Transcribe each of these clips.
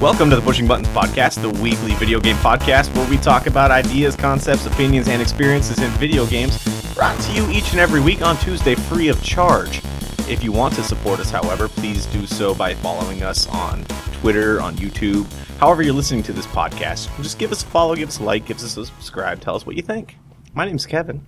Welcome to the Pushing Buttons Podcast, the weekly video game podcast where we talk about ideas, concepts, opinions, and experiences in video games, brought to you each and every week on Tuesday free of charge. If you want to support us, however, please do so by following us on Twitter, on YouTube, however you're listening to this podcast. Just give us a follow, give us a like, give us a subscribe, tell us what you think. My name's Kevin.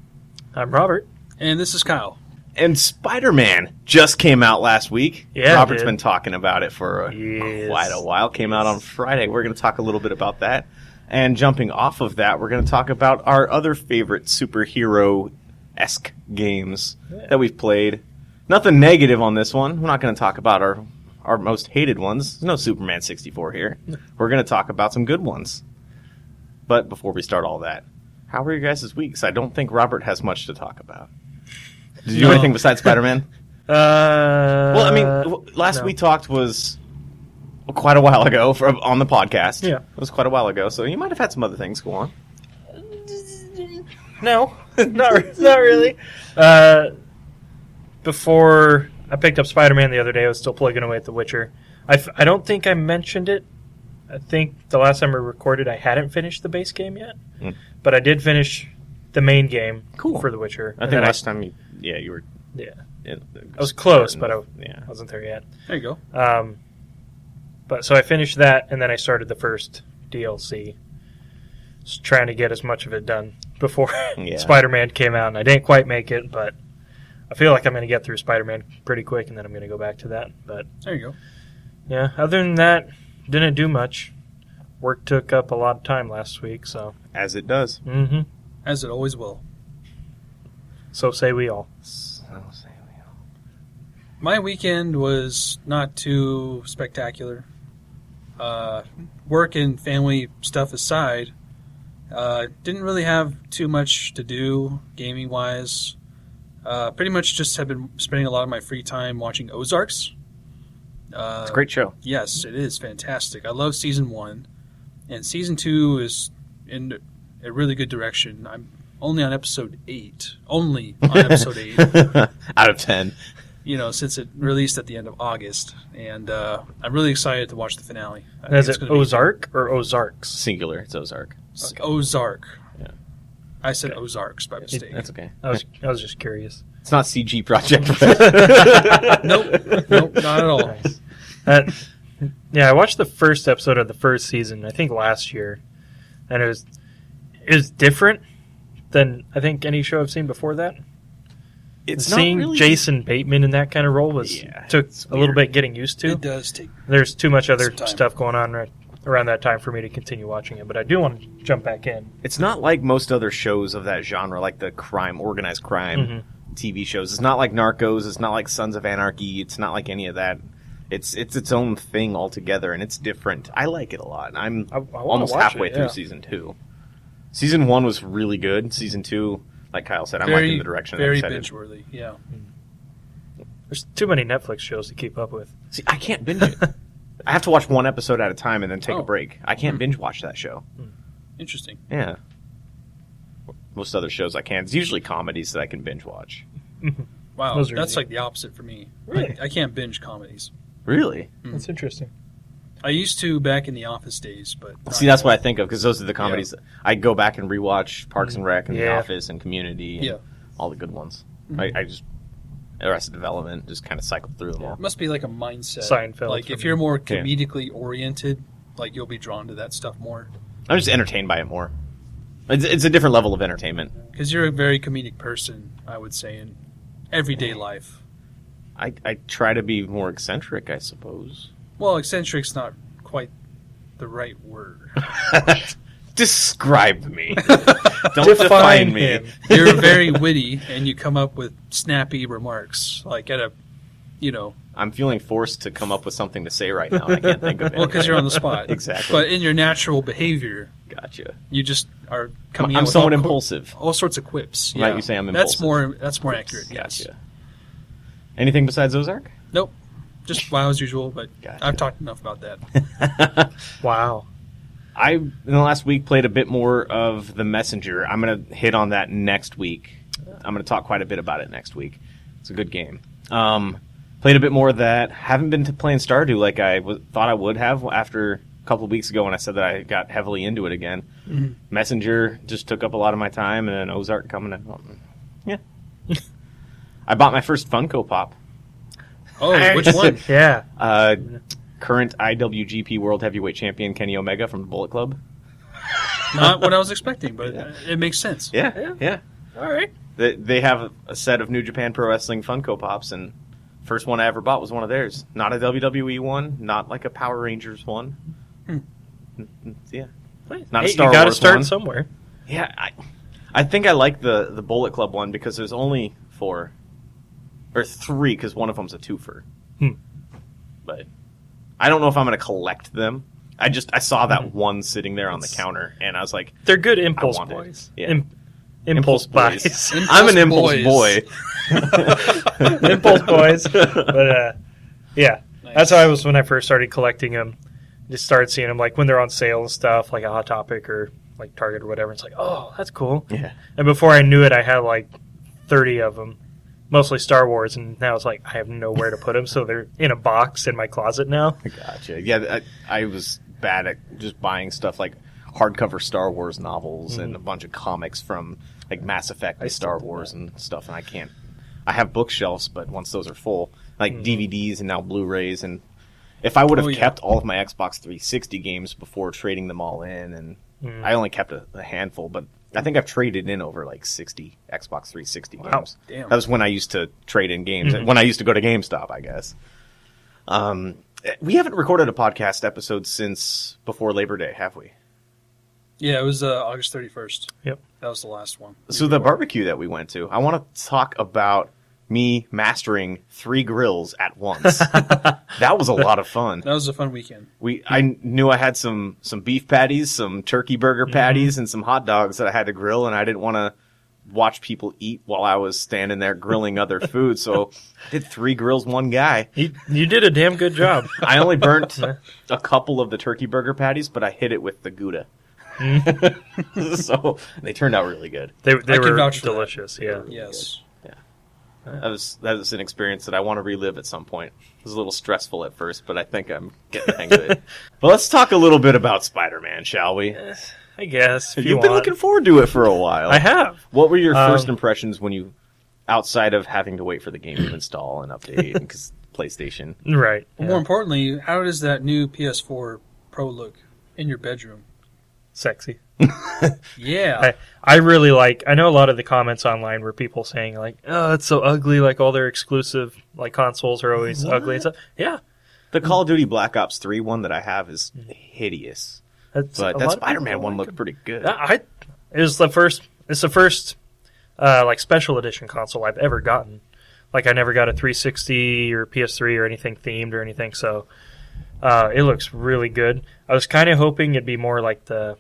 I'm Robert. And this is Kyle. And Spider Man just came out last week. Yeah, it Robert's did. been talking about it for a, Yes. quite a while. Came out on Friday. We're going to talk a little bit about that. And jumping off of that, we're going to talk about our other favorite superhero esque games that we've played. Nothing negative on this one. We're not going to talk about our our most hated ones. There's no Superman 64 here. We're going to talk about some good ones. But before we start all that, how were your guys' weeks? I don't think Robert has much to talk about. Did you do No. anything besides Spider Man? Uh, well, I mean, w- last no. we talked was quite a while ago for, on the podcast. Yeah. it was quite a while ago. So you might have had some other things go on. no, not re- not really. Uh, before I picked up Spider Man the other day, I was still plugging away at The Witcher. I, f- I don't think I mentioned it. I think the last time we recorded, I hadn't finished the base game yet, Mm. but I did finish the main game Cool. for The Witcher. I think And then last time you, yeah, you were. Yeah. in- I was close, but I, yeah. I wasn't there yet. There you go. Um, but so I finished that, and then I started the first DLC, just trying to get as much of it done before Yeah. Spider-Man came out, and I didn't quite make it, but I feel like I'm going to get through Spider-Man pretty quick, and then I'm going to go back to that. But There you go. yeah, other than that, didn't do much. Work took up a lot of time last week, so As it does. hmm As it always will. so say we all. Uh, My weekend was not too spectacular. Uh, work and family stuff aside, uh, didn't really have too much to do gaming wise. Uh, pretty much just have been spending a lot of my free time watching Ozarks. Uh, It's a great show. Yes, it is fantastic. I love season one, and season two is in a really good direction. I'm only on episode eight. Only on episode eight. Out of ten. You know, since it released at the end of August, and uh, I'm really excited to watch the finale. I think Is it's it gonna be- Ozark or Ozarks? Singular. It's Ozark. It's Ozark. Yeah. I said Okay. Ozarks by mistake. That's okay. I was I was just curious. It's not CG Project. nope, nope, not at all. Nice. Uh, yeah, I watched the first episode of the first season, I think last year, and it was it was different than I think any show I've seen before that. It's not Seeing really- Jason Bateman in that kind of role was Yeah, took it's a little weird. bit getting used to. It does take. There's too much other Some time. stuff going on right around that time for me to continue watching it, but I do want to jump back in. It's not like most other shows of that genre, like the crime, organized crime Mhm. TV shows. It's not like Narcos. It's not like Sons of Anarchy. It's not like any of that. It's it's its own thing altogether, and it's different. I like it a lot. and I'm I- I wanna almost watch halfway it, through yeah. season two. Season one was really good. Season two, like Kyle said, I'm very, liking the direction. I'm Very excited. binge worthy. Yeah. There's too many Netflix shows to keep up with. See, I can't binge it. I have to watch one episode at a time and then take a Oh. break. I can't Hmm. binge watch that show. Interesting. Yeah. Most other shows I can. It's usually comedies that I can binge watch. Wow, Those are that's easy. like the opposite for me. Really? I, I can't binge comedies. Really? That's interesting. I used to back in the office days, but not See, that's anymore. what I think of because those are the comedies that I go back and rewatch Parks and Rec and The Yeah. Office and Community and Yeah. all the good ones. Mhm. I, I just Arrested Development just kind of cycled through them all. It must be like a mindset. Seinfeld Like for if me. you're more comedically oriented, like you'll be drawn to that stuff more I'm just entertained by it more. It's, it's a different level of entertainment. because you're a very comedic person, I would say, in everyday life. I, I try to be more eccentric, I suppose. Well, eccentric's not quite the right word. Describe me. Don't define, Define me. him. You're very witty, and you come up with snappy remarks, like at a, you know, I'm feeling forced to come up with something to say right now. and I can't think of it. well, because you're on the spot. Exactly. But in your natural behavior, gotcha. you just are coming. out I'm with somewhat all co- impulsive. all sorts of quips. Right, you say I'm That's impulsive. more. That's more accurate. Yes. Gotcha. Anything besides Ozark? Nope. Just wow as usual, but Gotcha. I've talked enough about that. Wow. I in the last week played a bit more of the messenger. I'm gonna hit on that next week. I'm gonna talk quite a bit about it next week. It's a good game. Um, played a bit more of that. Haven't been to playing Stardew like I w- thought I would have after a couple of weeks ago when I said that I got heavily into it again. Mhm. Messenger just took up a lot of my time, and then Ozark coming out. Yeah. I bought my first Funko Pop. Oh, which one? yeah. Uh, current IWGP World Heavyweight Champion Kenny Omega from the Bullet Club. Not what I was expecting, but Yeah. it makes sense. Yeah, Yeah. yeah. All right. They, they have a set of New Japan Pro Wrestling Funko Pops, and first one I ever bought was one of theirs. Not a WWE one, not like a Power Rangers one. Mm, Hmm. Yeah, Not Not a hey, Star you got to Wars start one. somewhere. yeah. I, I think I like the the Bullet Club one because there's only four or three because one of them's a twofer. Hmm. But I don't know if I'm going to collect them. I just I saw that Mhm. one sitting there on the It's- counter, and I was like, They're good impulse want it. boys. Yeah. Im- Impulse impulse, buys. boys. Impulse I'm an impulse boys. boy. impulse boys. But uh, yeah, Nice. that's how I was when I first started collecting them. Just started seeing them like when they're on sale and stuff, like a Hot Topic or like Target or whatever. It's like, oh, that's cool. Yeah. And before I knew it, I had like thirty of them, mostly Star Wars. And now it's like I have nowhere to put them, so they're in a box in my closet now. Gotcha. Yeah, I, I was bad at just buying stuff like hardcover Star Wars novels and a bunch of comics from like Mass Effect Mm-hmm. I and still Star do Wars and stuff, and I can't. I have bookshelves, but once those are full, like Mhm. DVDs and now Blu-rays, and if I would have Oh, yeah. kept all of my Xbox 360 games before trading them all in, and Mm. I only kept a, a handful, but I think I've traded in over like 60 Xbox 360 Wow. games. Damn. That was when I used to trade in games. Mhm. When I used to go to GameStop, I guess. Um, eh, we haven't recorded a podcast episode since before Labor Day, have we? Yeah, it was uh, August 31st. Yep. That was the last one. So the barbecue that we went to, I want to talk about me mastering three grills at once. that was a lot of fun. That was a fun weekend. We I knew I had some some beef patties, some turkey burger patties, and some hot dogs that I had to grill, and I didn't want to watch people eat while I was standing there grilling other food. So I did three grills, one guy. you, you did a damn good job. I only burnt a couple of the turkey burger patties, but I hit it with the Gouda. Mm. so they turned out really good. They, they I can were vouch for that. delicious. Yeah. Yes. That was that was an experience that I want to relive at some point. It was a little stressful at first, but I think I'm getting the hang of it. But let's talk a little bit about Spider-Man, shall we? I guess. If You've you been want. looking forward to it for a while. I have. What were your first Um, impressions when you, outside of having to wait for the game to install and update, because PlayStation? Right. But yeah. more importantly, how does that new PS4 Pro look in your bedroom? Sexy. Yeah. I, I really like. I know a lot of the comments online were people saying like, "Oh, it's so ugly." Like all their exclusive like consoles are always What? ugly. and stuff. yeah, The Call of Duty Black Ops Three one that I have is hideous, that's but Hmm. a that lot of Spider Man people one like looked pretty good. it. I I- it was the first. It's the first uh, like special edition console I've ever gotten. Like I never got a 360 or PS3 or anything themed or anything. So uh, it looks really good. I was kind of hoping it'd be more like the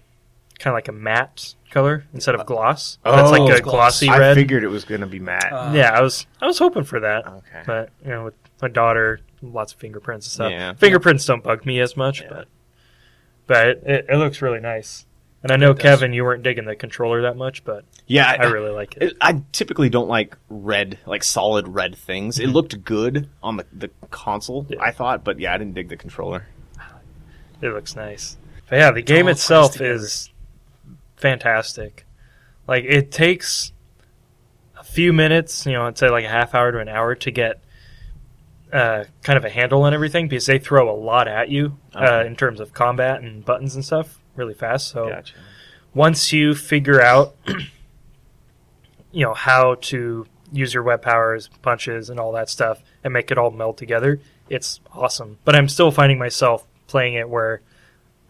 kind of like a matte color instead of gloss. that's Uh, Oh, like a gloss. glossy I red. figured it was going to be matte. Uh, yeah, I was I was hoping for that. okay. But you know, with my daughter, lots of fingerprints and stuff. Yeah. Fingerprints don't bug me as much, Yeah. but but it, it looks really nice. And I know It does. Kevin, you weren't digging the controller that much, but yeah, I really like it. It, I typically don't like red, like solid red things. It looked good on the, the console, Mhm. Yeah. I thought, but yeah, I didn't dig the controller. It looks nice. But yeah, the game all ties itself together. is fantastic. Like it takes a few minutes, you know, I'd say like a half hour to an hour to get uh, kind of a handle on everything because they throw a lot at you uh, Okay. in terms of combat and buttons and stuff really fast. So Gotcha. once you figure out you know how to use your web powers punches and all that stuff and make it all meld together it's awesome but i'm still finding myself playing it where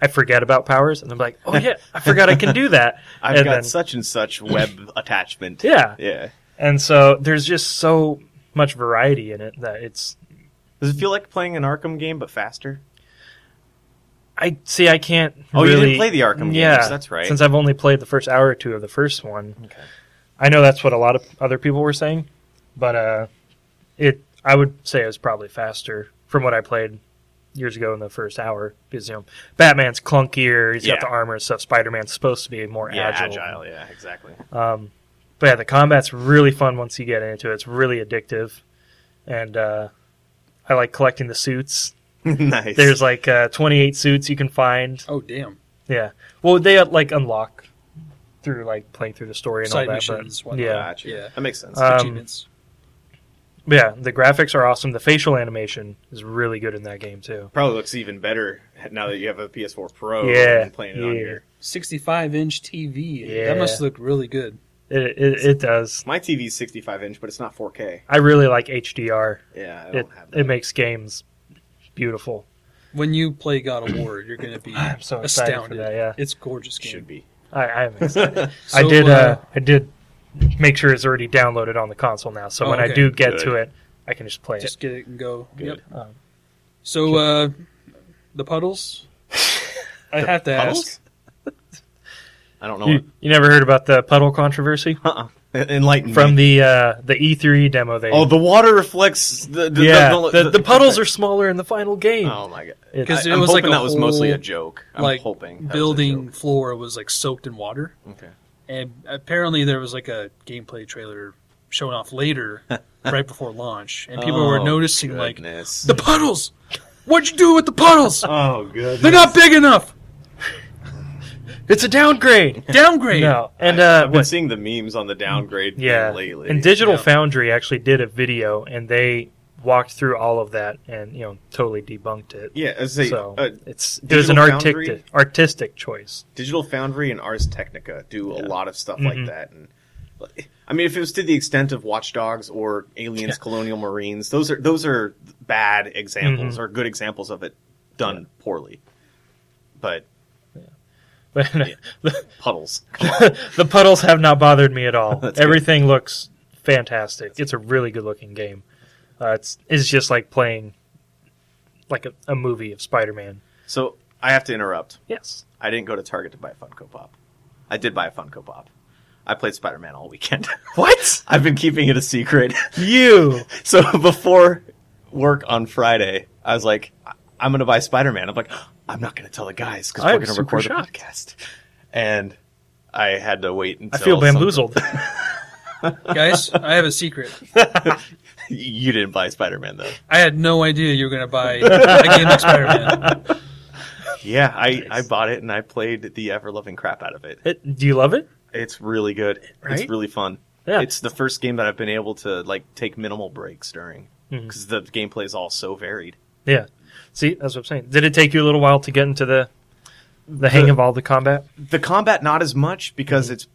i forget about powers and i'm like oh yeah i forgot i can do that I've and got then- such and such web attachment. yeah Yeah. and so there's just so much variety in it that it's Does it feel like playing an Arkham game but faster? i see i can't Oh, you really- didn't play the Arkham yeah games. That's right. since i've only played the first hour or two of the first one okay. I know that's what a lot of other people were saying, but uh, it I would say it was probably faster from what I played years ago in the first hour because you know Batman's clunkier, he's got Yeah. the armor and stuff. Spider Man's supposed to be more Yeah, agile. agile. Yeah, exactly. Um, but yeah, the combat's really fun once you get into it. It's really addictive, and uh, I like collecting the suits nice. There's like uh, 28 suits you can find. Oh damn! Yeah. Well, they uh, like unlock through like playing through the story and Side all that. missions, but, whatnot. yeah. Gotcha. Yeah. That makes sense. Um, Achievements. But yeah, the graphics are awesome. The facial animation is really good in that game too. Probably looks even better now that you have a PS4 Pro Yeah, and playing it on yeah. here. 65 inch TV. Yeah. That must look really good. It, it, it does. My TV's 65 inch, but it's not 4K. I really like HDR. Yeah, I don't It have that. it makes games beautiful. When you play God of War, you're going to be I'm so excited astounded. for that. Yeah, It's a gorgeous game. should be. I, I am excited. I So, did. Uh, uh, I did make sure it's already downloaded on the console now. So Oh, when I okay. do get Good. to it, I can just play just get it and go. Good. Yep. it. Um, So uh, the puddles. I have to ask. Puddles? I don't know. you, you never heard about the puddle controversy Uh-uh. Enlighten from me. the uh, the E3 demo? They Oh, the water reflects the the, yeah, the, the, the puddles are smaller in the final game. Oh my god! It- Because I, it am was like hoping a that was mostly whole, a joke. I'm like, hoping that was a Building joke. floor was like soaked in water, Okay. and apparently there was like a gameplay trailer showing off later, right before launch, and people were Oh, noticing like goodness. the puddles. What'd you do with the puddles? oh good. They're not big enough. It's a downgrade. Downgrade. no, and uh, I've been what, seeing the memes on the downgrade thing yeah, lately. and Digital Yeah. Foundry actually did a video, and they walked through all of that, and you know, totally debunked it. yeah, I say, so uh, it's there's an Digital Foundry- artistic artistic choice. Digital Foundry and Ars Technica do a Yeah. lot of stuff Mhm. like that. And I mean, if it was to the extent of Watch Dogs or Aliens, Colonial Marines, those are those are bad examples Mm-hmm. or good examples of it done poorly. But But puddles, the puddles have not bothered me at all. That's good. Everything looks fantastic. It's a really good looking game. Uh, it's it's just like playing like a, a movie of Spider Man. so I have to interrupt. Yes. I didn't go to Target to buy a Funko Pop. I did buy a Funko Pop. I played Spider Man all weekend. What I've been keeping it a secret. you? So before work on Friday, I was like, I- I'm going to buy Spider Man. I'm like, I'm not going to tell the guys because we're I'm going to super record shocked. the podcast. And I had to wait I until. feel bamboozled. Guys, I have a secret. some- You didn't buy Spider Man though. I had no idea you were going to buy a game like Spider Man. Yeah, I, I Nice. bought it and I played the ever loving crap out of it. It- do you love it? It's really good. Right? It's really fun. Yeah. It's the first game that I've been able to like take minimal breaks during Mhm. because the gameplay is all so varied. yeah. See, that's what I'm saying. Did it take you a little while to get into the the hang The- of all the combat? The combat not as much because it's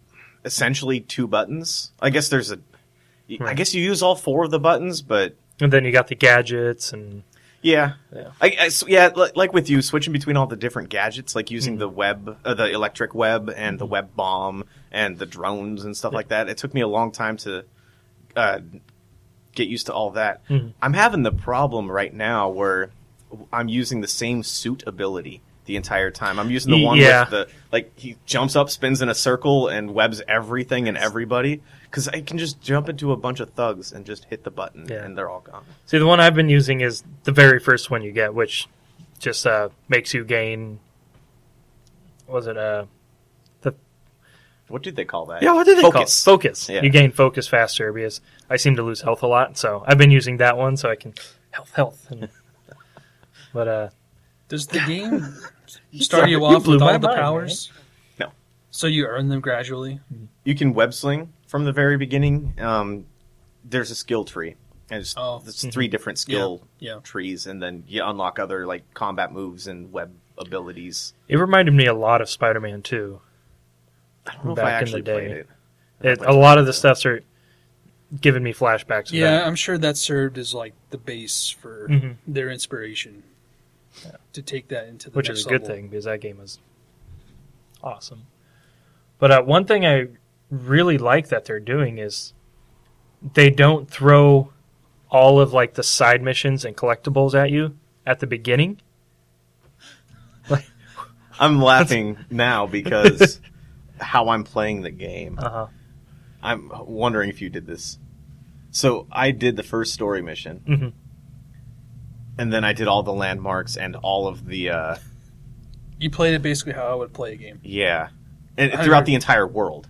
essentially two buttons. I guess there's a. I Right. guess you use all four of the buttons, but And then you got the gadgets and yeah, Yeah. I, I s- yeah, li- like with you switching between all the different gadgets, like using Hmm. the web, uh, the electric web, and the web bomb, and the drones and stuff like that. It took me a long time to uh, get used to all that. Mhm. I'm having the problem right now where I'm using the same suit ability the entire time. I'm using the Y- one yeah. with the like he jumps up, spins in a circle, and webs everything and everybody. Because I can just jump into a bunch of thugs and just hit the button, Yeah. and they're all gone. See, the one I've been using is the very first one you get, which just uh, makes you gain. what Was it uh? What did they call that? Yeah, what did they call it? Focus. call focus? Yeah. You gain focus faster because I seem to lose health a lot, so I've been using that one so I can health, health. And, but uh, Does the game start Sorry, you you off blew with my all the mind, powers? man. No. So you earn them gradually. you can web sling from the very beginning. Um, there's a skill tree, and it's, Oh. it's three different skill Yeah. trees, and then you unlock other like combat moves and web abilities. it reminded me a lot of Spider-Man too. I don't know if Back I in the actually day. played it. It, a lot of the stuffs are giving me flashbacks. of Yeah, that. I'm sure that served as like the base for Mm-hmm. Mhm. their inspiration to take that into the which next is a good level. thing because that game is awesome. But uh, one thing I really like that they're doing is they don't throw all of like the side missions and collectibles at you at the beginning. I'm laughing now because how I'm playing the game. Uh huh. I'm wondering if you did this. So I did the first story mission, Mhm. and then I did all the landmarks and all of the uh, You played it basically how I would play a game. Yeah, and I throughout heard- the entire world,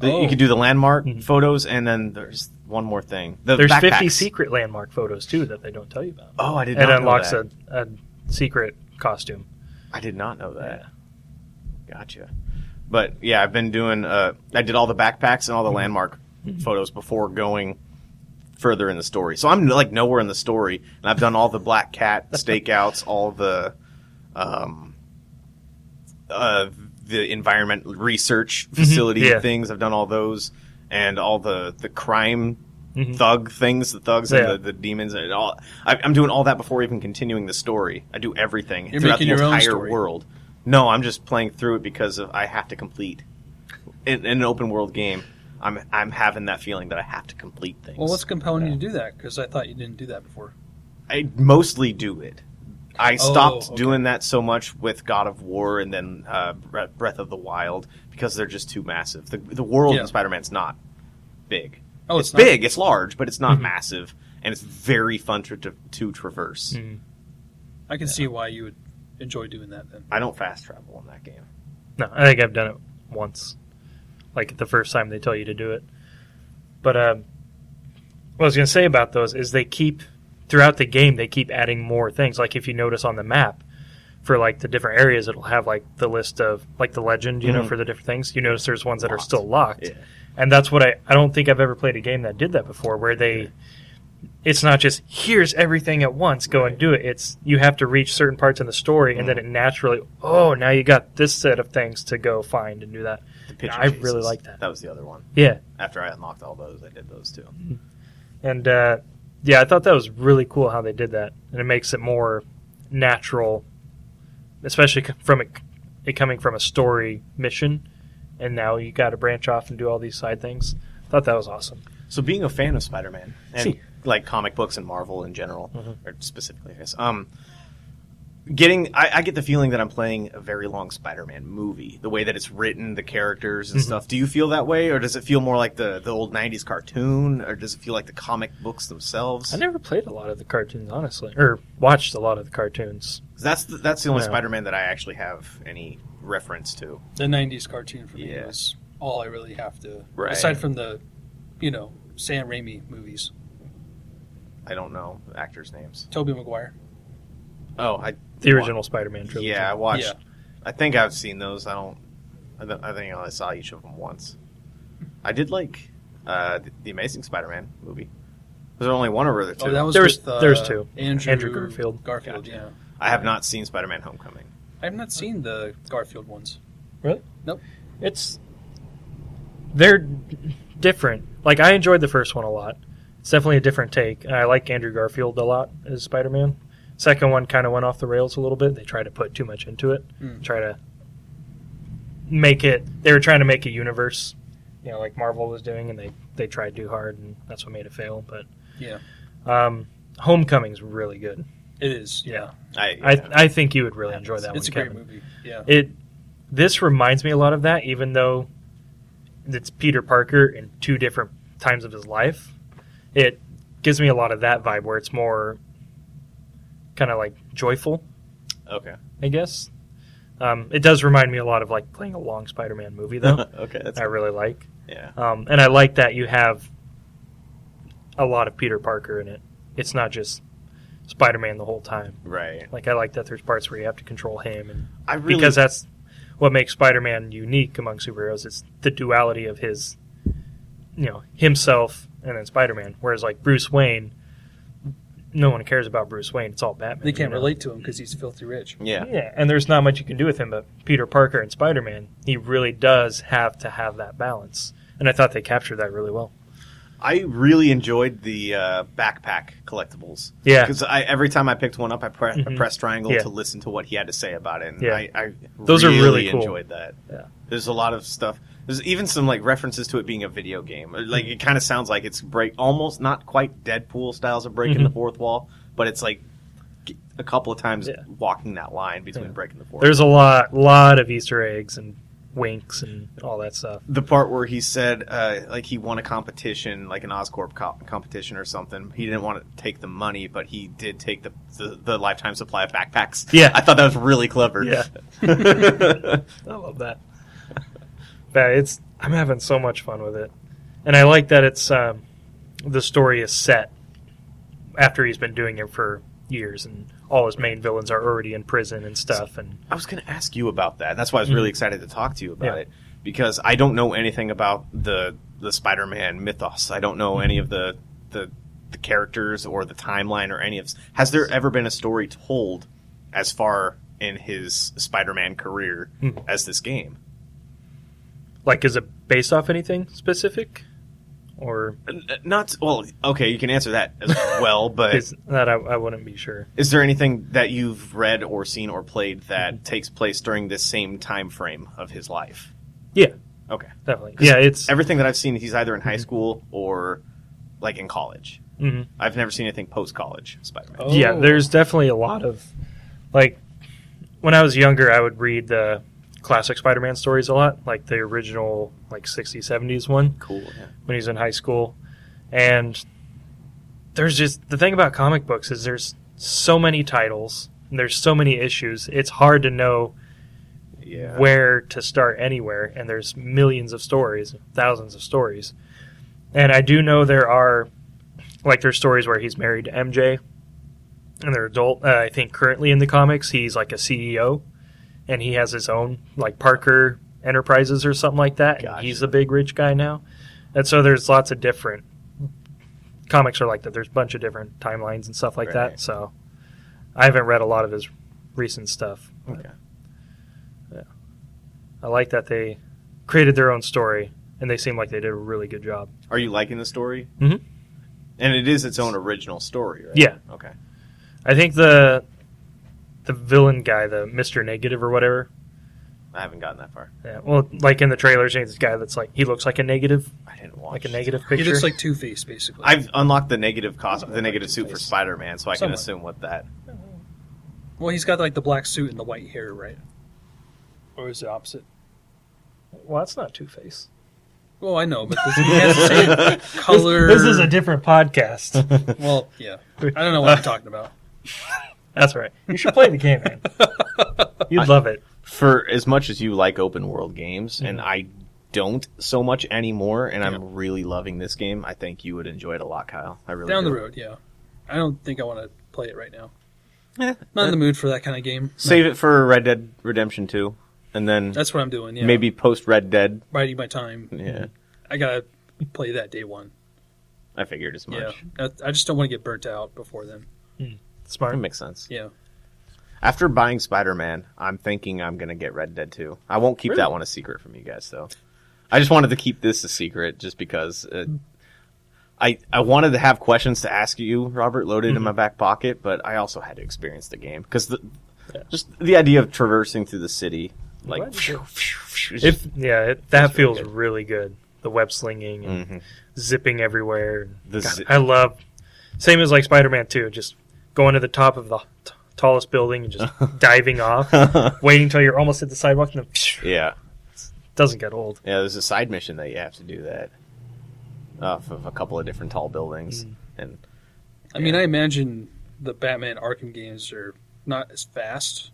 The- Oh. you can do the landmark Mhm. photos, and then there's one more thing. The There's backpacks. 50 secret landmark photos too that they don't tell you about. Oh, I did It not know unlocks that. a, a secret costume. I did not know that. Gotcha. But yeah, I've been doing. Uh, I did all the backpacks and all the Mm-hmm. landmark photos before going further in the story. So I'm like nowhere in the story, and I've done all the black cat stakeouts, all the, um, uh, the environment research facility Mm-hmm. Yeah. things. I've done all those, and all the the crime Mhm. thug things, the thugs Yeah. and the, the demons and all. I, I'm doing all that before even continuing the story. I do everything You're throughout making the your own entire story. world. No, I'm just playing through it because of I have to complete. In, in an open world game, I'm I'm having that feeling that I have to complete things. Well, what's compelling you to do that? Because I thought you didn't do that before. I mostly do it. I stopped Oh, okay. doing that so much with God of War and then uh, Bre- Breath of the Wild because they're just too massive. The, the world Yeah. in Spider Man's not big. Oh, it's, not- Mm-hmm. big, it's large, but it's not Mhm. massive, and it's very fun to, to, to traverse. Mm. Mhm. I can see why you would enjoy doing that then. I don't fast travel in that game. No, I think I've done it once, like the first time they tell you to do it. But um, what I was going to say about those is they keep throughout the game they keep adding more things. Like if you notice on the map for like the different areas, it'll have like the list of like the legend, you know, Mhm. for the different things. You notice there's ones that are Locked. still locked, and that's what I I don't think I've ever played a game that did that before, where they. It's not just here's everything at once, go and do it. It's you have to reach certain parts in the story, and then it naturally, oh, now you got this set of things to go find and do that. The picture I really chases. like that. That was the other one. Yeah, After I unlocked all those, I did those too. and uh, yeah, I thought that was really cool how they did that, and it makes it more natural, especially c- from it, it coming from a story mission, and now you got to branch off and do all these side things. Thought that was awesome. So being a fan of Spider-Man and See. like comic books and Marvel in general, Mhm. or specifically, I guess, um, getting I, I get the feeling that I'm playing a very long Spider-Man movie. The way that it's written, the characters and Mhm. stuff. Do you feel that way, or does it feel more like the the old '90s cartoon, or does it feel like the comic books themselves? I never played a lot of the cartoons, honestly, or watched a lot of the cartoons. 'Cause That's the, that's the only No. Spider-Man that I actually have any reference to. The '90s cartoon for me Yeah. was all I really have to, Right. aside from the, you know, Sam Raimi movies. I don't know actors' names. Tobey Maguire. Oh, I The Wa- original Spider-Man trilogy. yeah, I watched. Yeah. I think I've seen those. I don't. I, th- I think I only saw each of them once. I did like uh, the, the Amazing Spider-Man movie. Was there only one or were there two? Oh, that was There was- with, uh, there's two. Andrew, Andrew Garfield. Garfield, Gotcha. yeah. I have not seen Spider-Man: Homecoming. I have not seen the Garfield ones. It's they're different. Like I enjoyed the first one a lot. It's definitely a different take. And I like Andrew Garfield a lot as Spider-Man. Second one kind of went off the rails a little bit. They tried to put too much into it. Mm. Try to make it. They were trying to make a universe, you know, like Marvel was doing, and they they tried too hard, and that's what made it fail. But Yeah. um, Homecoming's really good. It is, yeah. I, yeah. I I think you would really enjoy that one. It's a Kevin. great movie. Yeah. it this reminds me a lot of that even though it's peter parker in two different times of his life it gives me a lot of that vibe where it's more kind of like joyful okay. i guess um, it does remind me a lot of like playing a long spider-man movie though okay, that's i really like yeah. um, and i like that you have a lot of peter parker in it it's not just spider-man the whole time Right. like i like that there's parts where you have to control him and I really because that's what makes Spider-Man unique among superheroes. It's the duality of his, you know, himself and then Spider-Man. Whereas like Bruce Wayne, no one cares about Bruce Wayne. It's all Batman. They can't you know? relate to him because he's filthy rich. yeah. Yeah, and there's not much you can do with him. But Peter Parker and Spider-Man, he really does have to have that balance. And I thought they captured that really well. I really enjoyed the uh, backpack collectibles. Yeah. because every time I picked one up, I, pre- I Mhm. pressed triangle Yeah. to listen to what he had to say about it. And Yeah. I, I Those are really really cool. enjoyed that. Yeah. There's a lot of stuff. There's even some like references to it being a video game. Uh, Like it kind of sounds like it's break almost not quite Deadpool styles of breaking Mhm. the fourth wall, but it's like g- a couple of times Yeah. walking that line between Yeah. breaking the fourth. There's a lot, lot of Easter eggs and winks and all that stuff. the part where he said uh, like he won a competition like an oscorp co- competition or something he didn't want to take the money but he did take the, the, the lifetime supply of backpacks Yeah. i thought that was really clever Yeah. I love that. But it's I'm having so much fun with it, and I like that it's um, the story is set after he's been doing it for years, and all his main villains are already in prison and stuff. And I was going to ask you about that. That's why I was really excited to talk to you about Mm-hmm. Yeah. it because I don't know anything about the the Spider-Man mythos. I don't know any of the the, the characters or the timeline or any of. Has there ever been a story told as far in his Spider-Man career Hmm. as this game? like, is it based off anything specific, or N- n- Not well. Okay, you can answer that as well, but is that I, I wouldn't be sure. Is there anything that you've read or seen or played Mm-hmm. that takes place during this same time frame of his life? Yeah, Okay. definitely. Yeah, it's Everything that I've seen, he's either in Mm-hmm. high school or like in college. mhm. I've never seen anything post college Spider Man. Oh. yeah. There's definitely a lot of like when I was younger, I would read the classic Spider-Man stories a lot, like the original like 60s, 70s one. Cool. Yeah. when he was in high school. And there's just the thing about comic books is there's so many titles, and there's so many issues. It's hard to know yeah. where to start anywhere, and there's millions of stories, thousands of stories. And I do know there are like there's stories where he's married to MJ and they're adult. Uh, I think currently in the comics he's like a CEO and he has his own like Parker Enterprises or something like that. And Gotcha. he's a big rich guy now. And so there's lots of different comics are like that. There's a bunch of different timelines and stuff like Right. that. So I haven't read a lot of his recent stuff. but- Okay. I like that they created their own story, and they seem like they did a really good job. Are you liking the story? Mhm. And it is its own original story, right? Yeah. Okay. I think the the villain guy, the Mister Negative or whatever. I haven't gotten that far. Yeah, well, like in the trailers, there's this guy that's like he looks like a negative, I didn't watch. like a negative He picture. looks like Two Face, basically. I've unlocked the negative costume, the Like negative suit for Two-Face. Spider Man, so I can Somewhat. assume what that. well, he's got like the black suit and the white hair, right? Or is it opposite? well, that's not Two Face. Well, I know, but this, he has the same color. This, is a different podcast. well, yeah. I don't know what I'm talking about. that's right. You should play the game, man. You'd love it. for as much as you like open world games, and Mhm. I don't so much anymore, and Mm-hmm. Yeah. I'm really loving this game. I think you would enjoy it a lot, Kyle. I really Down the do. road, yeah. I don't think I want to play it right now. Eh, Uh, Not in eh. the mood for that kind of game. Save it for Red Dead Redemption Two, and then That's what I'm doing. Yeah, Mm-hmm. maybe post Red Dead. biding my time. Yeah, I gotta play that day one. I figured as much. Yeah, That- I just don't want to get burnt out before then. That Smart. makes sense. Yeah. After buying Spider Man, I'm thinking I'm gonna get Red Dead Two. I won't keep that Really? one a secret from you guys, though. I just wanted to keep this a secret, just because. Hmm. It, I, I wanted to have questions to ask you, Robert, loaded Mm-hmm. in my back pocket, but I also had to experience the game because the Yeah. just the idea of traversing through the city, like glad you phew, did. phew, phew, is If yeah, it, that Feels really feels good. really good. The web slinging and Mhm. zipping everywhere. The God, zi- I love same as like Spider-Man 2, just going to the top of the t- tallest building and just diving off, waiting till you're almost at the sidewalk and then Mm-hmm. yeah, doesn't get old. Yeah, there's a side mission that you have to do that off of a couple of different tall buildings, Mm. and I mean, Yeah. I imagine the Batman Arkham games are not as fast,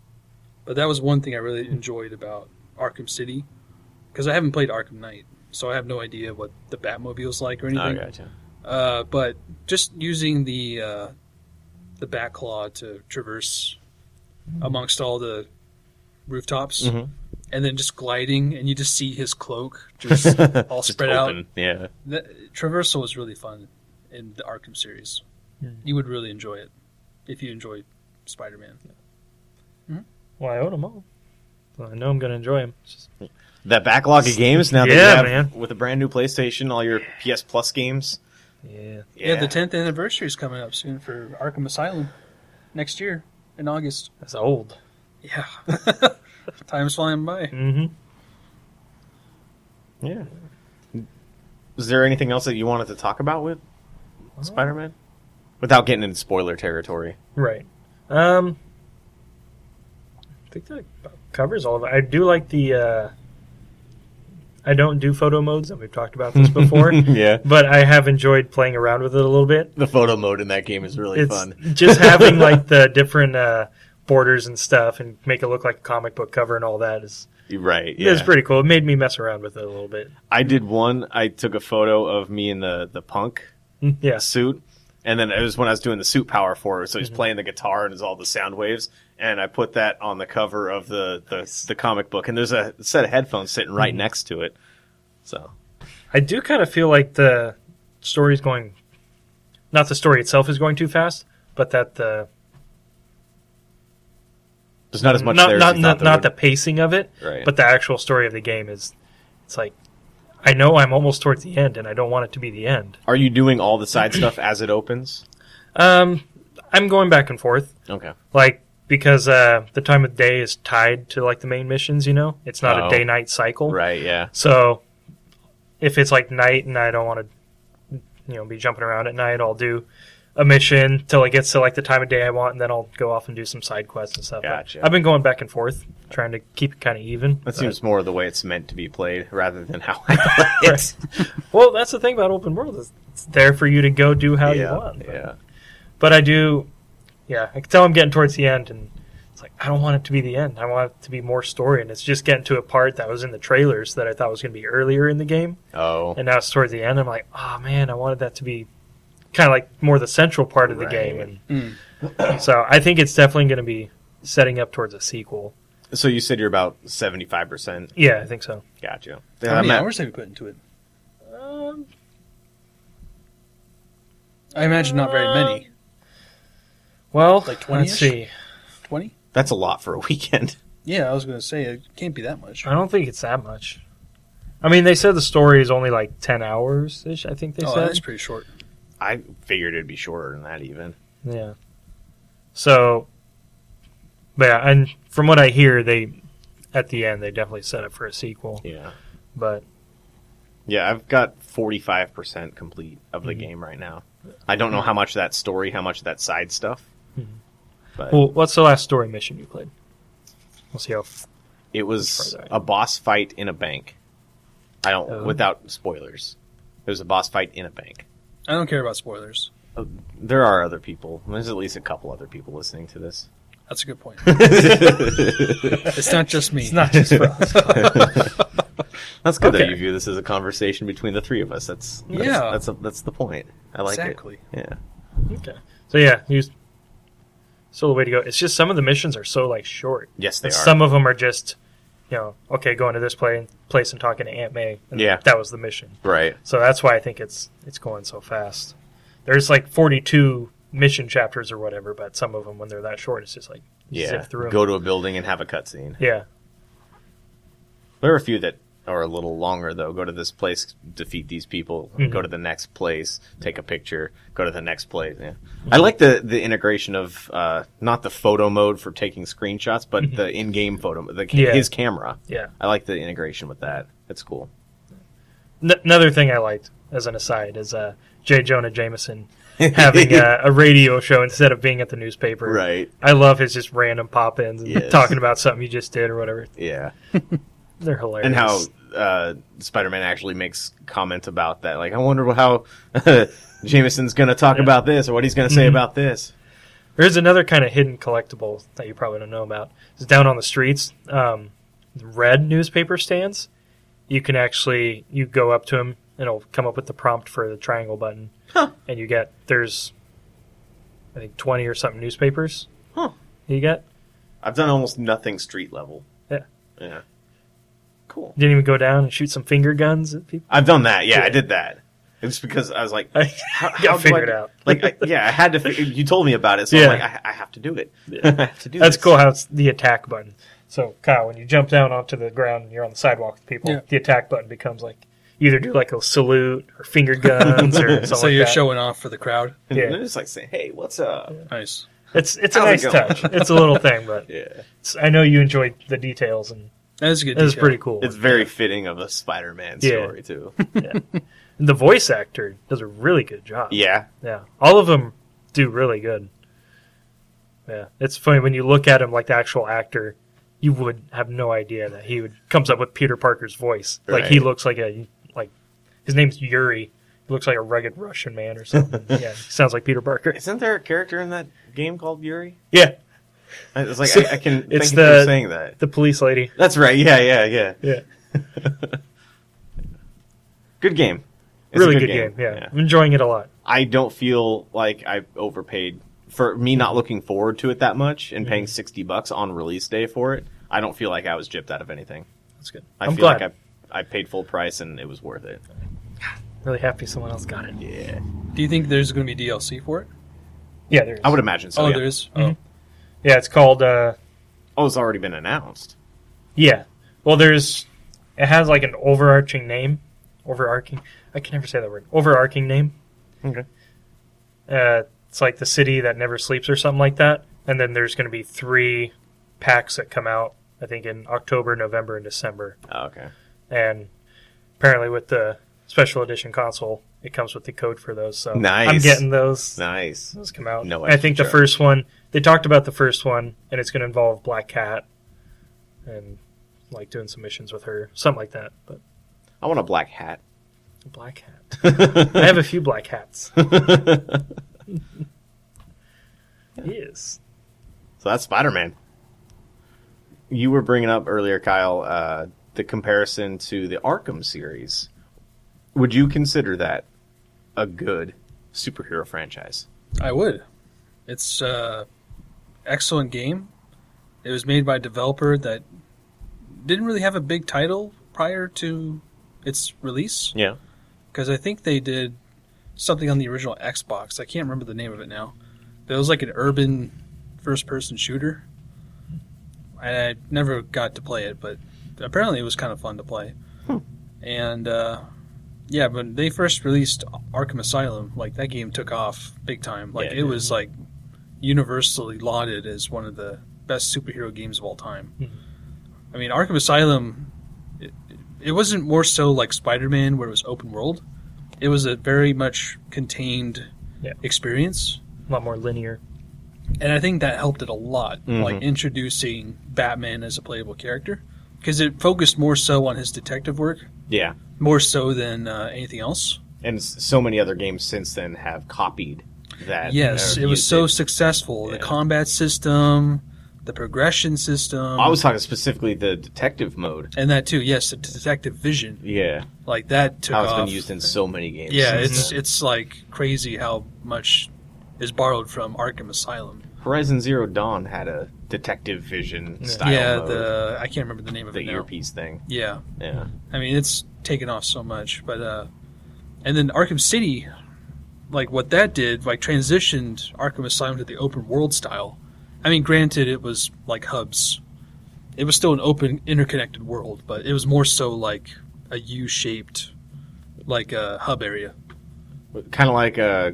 but that was one thing I really enjoyed about Arkham City because I haven't played Arkham Knight, so I have no idea what the Batmobile's like or oh, anything. gotcha. Uh, but just using the uh, the back claw to traverse amongst all the rooftops, Mhm. and then just gliding, and you just see his cloak just all Mm-hmm. Just spread out. open, Yeah. The, traversal was really fun in the Arkham series. Hmm. You would really enjoy it if you enjoy Spider Man. Well, I own them all. Well, I know I'm going to enjoy them. that backlog of games now that Yeah, you have man. with a brand new PlayStation, all your PS Plus games. yeah. Yeah. the 10th anniversary is coming up soon for Arkham Asylum next year in August. That's old. Yeah. Time's flying by. hmm yeah. Is there anything else that you wanted to talk about with Oh. Spider Man? Without getting into spoiler territory. Right. Um, I think that about covers all of it. I do like the. Uh, I don't do photo modes, and we've talked about this before. yeah. but I have enjoyed playing around with it a little bit. The photo mode in that game is really it's fun. just having like the different uh, borders and stuff, and make it look like a comic book cover and all that is You're right. is Yeah. pretty cool. It made me mess around with it a little bit. I did one. I took a photo of me in the, the punk Mm, Yes, suit. And then it was when I was doing the suit power for her, so Mm-hmm. he's playing the guitar and it's all the sound waves. And I put that on the cover of the the, the comic book, and there's a set of headphones sitting right Mm-hmm. next to it. So I do kind of feel like the story's going, not the story itself is going too fast, but that the there's not as much not there. as not you not, thought not the there pacing of it, would. right. but the actual story of the game is, it's like, I know I'm almost towards the end, and I don't want it to be the end. Are you doing all the side stuff as it opens? Um, I'm going back and forth. Okay. like because uh, the time of day is tied to like the main missions you know it's not Oh. a day night cycle Right. Yeah. so if it's like night and i don't want to you know be jumping around at night i'll do a mission till it gets to like the time of day i want and then i'll go off and do some side quests and stuff But Gotcha. i've been going back and forth trying to keep it kind of even That but- seems more the way it's meant to be played rather than how I play it. well that's the thing about open world is it's there for you to go do how yeah, you want but- Yeah. but I do, yeah, I can tell I'm getting towards the end, and it's like I don't want it to be the end. I want it to be more story, and it's just getting to a part that was in the trailers that I thought was going to be earlier in the game, Oh. and now it's towards the end. I'm like, oh man, I wanted that to be kind of like more the central part of the Right. game, and so I think it's definitely going to be setting up towards a sequel. So you said you're about seventy five percent. Yeah, I think so. Gotcha. How I'm many at- hours have you put into it? Um, I imagine not very many. well, Like 20-ish? let's see. Twenty? That's a lot for a weekend. Yeah, I was gonna say it can't be that much. I don't think it's that much. I mean, they said the story is only like ten hours ish. I think they oh, said. that's pretty short. I figured it'd be shorter than that even. Yeah. So, but yeah, and from what I hear, they at the end they definitely set up for a sequel. Yeah. But Yeah, I've got forty five percent complete of the Mhm. game right now. I don't know how much of that story, how much of that side stuff. Mhm. But well, what's the last story mission you played? We'll see how. f- it was Further. a boss fight in a bank. I don't Oh. without spoilers. It was a boss fight in a bank. I don't care about spoilers. There are other people. There's at least a couple other people listening to this. That's a good point. It's not just me. It's not just for us. that's good that Okay. you view this as a conversation between the three of us. That's, that's Yeah. That's a, that's the point. I like exactly. it. Yeah. okay. So yeah, you s- still the way to go. It's just some of the missions are so like short. Yes, they And are. some of them are just, you know, okay, going to this play, place and talking to Aunt May. And Yeah. that was the mission. right. So that's why I think it's it's going so fast. There's like 42 mission chapters or whatever, but some of them when they're that short, it's just like Yeah. zip through. 'em. Go to a building and have a cutscene. yeah, There are a few that are a little longer though. Go to this place, defeat these people. Mhm. Go to the next place, take a picture. Go to the next place. Yeah. Mm-hmm. I like the the integration of uh, not the photo mode for taking screenshots, but the in-game photo, the, ca- Mm-hmm. Yeah. his camera. yeah. I like the integration with that. It's cool. N- another thing I liked as an aside is uh, J. Jonah Jameson having uh, a, a radio show instead of being at the newspaper. right. I love his just random pop-ins and Yes. talking about something you just did or whatever. Yeah. They're hilarious. and how uh, Spider-Man actually makes comment about that. Like, I wonder how Jameson's going to talk Yeah. about this or what he's going to say Mhm. about this. There's another kind of hidden collectible that you probably don't know about. It's down on the streets. Um, the red newspaper stands. You can actually you go up to them and it'll come up with the prompt for the triangle button, Huh. and you get there's I think twenty or something newspapers. Huh. You get I've done almost nothing street level. Yeah. Yeah. Cool. didn't even go down and shoot some finger guns at people. I've done that. Yeah, I Yeah. did that. It's because I was like, I how, gotta how do figure I- it out. Like, I, yeah, I had to. Figure, you told me about it, so Yeah. I'm like, I, I have to do it. I have to do. That's this. cool how it's the attack button. So, Kyle, when you jump down onto the ground and you're on the sidewalk with people, Yeah. the attack button becomes like you either do like a salute or finger guns or something So like you're that. showing off for the crowd. And Yeah. yeah. just like saying, "Hey, what's up?" Nice. It's it's a How's nice it going? touch. It's a little thing, but Yeah, it's, I know you enjoyed the details, and That is a good. it was detail. pretty cool. it's very fitting of a Spider-Man Yeah. story too. the voice actor does a really good job. yeah, yeah, all of them do really good. Yeah, it's funny when you look at him like the actual actor, you would have no idea that he would comes up with Peter Parker's voice. Like he Right. looks like a like his name's Yuri. He looks like a rugged Russian man or something. yeah, he sounds like Peter Parker. Isn't there a character in that game called Yuri? Yeah, I- It's like So- I, I can it's think of the- you saying that. the police lady. That's right. Yeah, yeah, yeah. Yeah. Good game. It's a really good, game. Yeah. I'm enjoying it a lot. I don't feel like I overpaid for me not looking forward to it that much Mm-hmm. and paying sixty bucks on release day for it. I don't feel like I was gypped out of anything. That's good. I am feel glad. like I I paid full price and it was worth it. really happy someone else got it. Yeah, Do you think there's going to be DLC for it? Yeah, there is. I would imagine so. oh, yeah. Mm-hmm. there is. Mhm. yeah, it's called. Uh, Oh, it's already been announced. yeah. Well, there's. It has like an overarching name. Overarching. I can never say that word. Overarching name. Okay. Uh, it's like the city that never sleeps or something like that. And then there's going to be three packs that come out. I think in October, November, and December. Oh, okay. And apparently, with the special edition console, it comes with the code for those. So I'm Nice. getting those. Nice. those come out. No I think the extra charge. first one they talked about the first one, and it's going to involve Black Cat and like doing some missions with her, something like that. But I want a black hat. Black Hat, I have a few Black Hats. Yes, So that's Spider Man. You were bringing up earlier, Kyle, uh, the comparison to the Arkham series. Would you consider that a good superhero franchise? Oh, I would. It's uh, excellent game. It was made by a developer that didn't really have a big title prior to its release Yeah. because I think they did something on the original Xbox. I can't remember the name of it now. But it was like an urban first-person shooter. And I never got to play it, but apparently it was kind of fun to play. Hmm. And uh, yeah, when they first released Arkham Asylum, like that game took off big time. Like Yeah, it it was like universally lauded as one of the best superhero games of all time. Hmm. Mhm. I mean, Arkham Asylum, it, it wasn't more so like Spider Man where it was open world. It was a very much contained Yeah. experience, a lot more linear. and I think that helped it a lot. Mhm. Like introducing Batman as a playable character because it focused more so on his detective work, Yeah. more so than uh, anything else. And s- so many other games since then have copied that. yes, or it was used so successful. Yeah. The combat system, the progression system, I was talking specifically the detective mode. and that too. Yes, the detective vision, Yeah. like that took How it's off. been used in so many games. Yeah, since it's then. it's like crazy how much is borrowed from Arkham Asylum. Horizon Zero Dawn had a detective vision Yeah. style yeah, mode. the I can't remember the name of the it now. earpiece thing. Yeah, Yeah. I mean it's taken off so much, but uh, and then Arkham City, like what that did, like transitioned Arkham Asylum to the open world style. I mean, granted, it was like hubs. It was still an open, interconnected world, but it was more so like a U-shaped, like a hub area. kind of like uh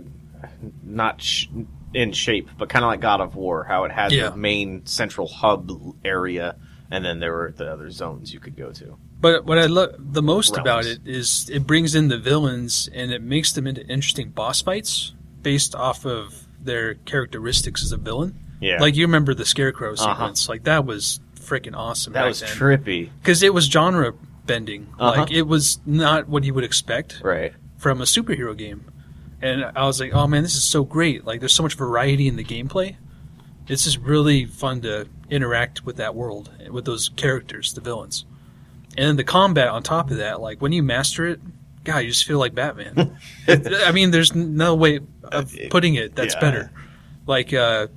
not sh- in shape, but kind of like God of War, how it had Yeah. the main central hub area, and then there were the other zones you could go to. But what I love the most about Realms. it is it brings in the villains and it makes them into interesting boss fights based off of their characteristics as a villain. Yeah, Like you remember the Scarecrow Uh-huh. sequence? Like that was freaking awesome. that back was then. trippy, because it was genre bending. Uh-huh. Like it was not what you would expect right? from a superhero game. And I was like, oh man, this is so great. Like there's so much variety in the gameplay. It's just really fun to interact with that world, with those characters, the villains. And then the combat on top of that, like when you master it, God, you just feel like Batman. I mean, there's no way of putting it that's Yeah. better. Like uh,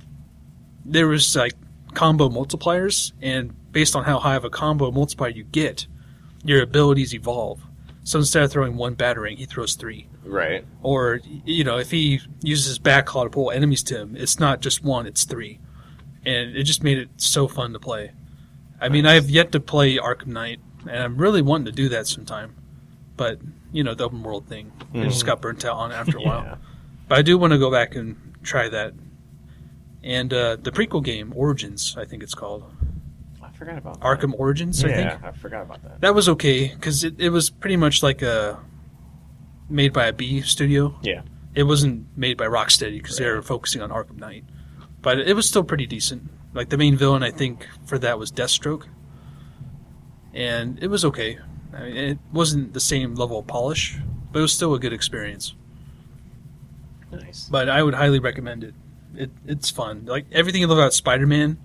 there was like combo multipliers, and based on how high of a combo multiplier you get, your abilities evolve. So instead of throwing one battering, he throws three. Right. Or you know, if he uses his backhaul to pull enemies to him, it's not just one; it's three. And it just made it so fun to play. I mean, I have yet to play Arkham Knight, and I'm really wanting to do that sometime. But you know, the open world thing, I just got burnt out on it after a while. Yeah. But I do want to go back and try that. And uh, the prequel game, Origins, I think it's called I forgot about that. Arkham Origins. I yeah, think I forgot about that. that was okay because it, it was pretty much like a made by a B studio. Yeah. it wasn't made by Rocksteady because they were focusing on Arkham Knight, but it was still pretty decent. Like the main villain, I think for that was Deathstroke, and it was okay. I mean, it wasn't the same level of polish, but it was still a good experience. Nice. But I would highly recommend it. it it's fun. Like everything you love about Spider Man,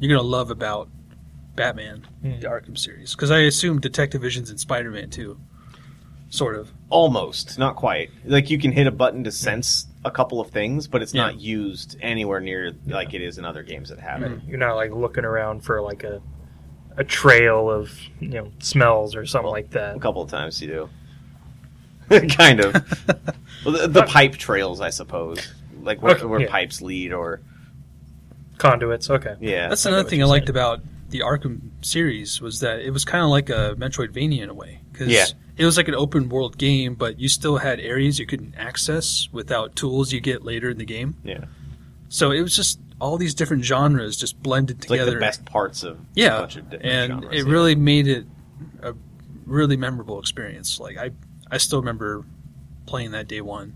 you're gonna love about Batman, Mm. the Arkham series, because I assume Detective Vision's in Spider Man too. sort of. Almost, not quite. Like you can hit a button to sense a couple of things, but it's Yeah. not used anywhere near like it is in other games that have Mm-hmm. it. You're not like looking around for like a a trail of you know smells or something like that. A couple of times you do. kind of. well, the, the pipe trails, I suppose. Like where, Okay, where yeah. pipes lead, or Conduits. Okay. yeah. That's I get another what thing I you're liked saying. about the Arkham series was that it was kind of like a Metroidvania in a way because Yeah. it was like an open world game, but you still had areas you couldn't access without tools you get later in the game. Yeah. So it was just all these different genres just blended It's like together. the best parts of yeah, a bunch of different and genres, it yeah. really made it a really memorable experience. Like I, I still remember playing that day one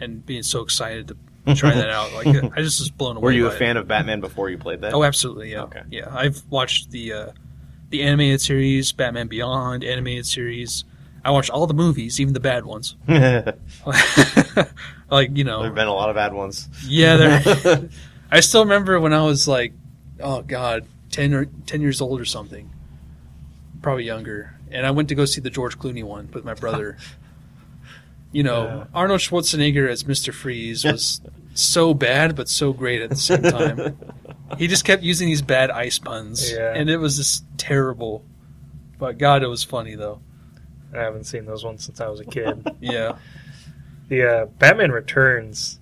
and being so excited to try that out. Like I just was blown away. Were you a by it. fan of Batman before you played that? Oh, absolutely. Yeah. Okay. Yeah, I've watched the uh, the animated series, Batman Beyond animated series. I watched all the movies, even the bad ones. There've like you know, been a lot of bad ones. yeah. There, I still remember when I was like, oh god, ten or ten years old or something, probably younger. And I went to go see the George Clooney one with my brother. you know, Yeah. Arnold Schwarzenegger as Mister Freeze was so bad but so great at the same time. He just kept using these bad ice puns, Yeah. and it was just terrible. But God, it was funny though. I haven't seen those ones since I was a kid. Yeah, the uh, Batman Returns.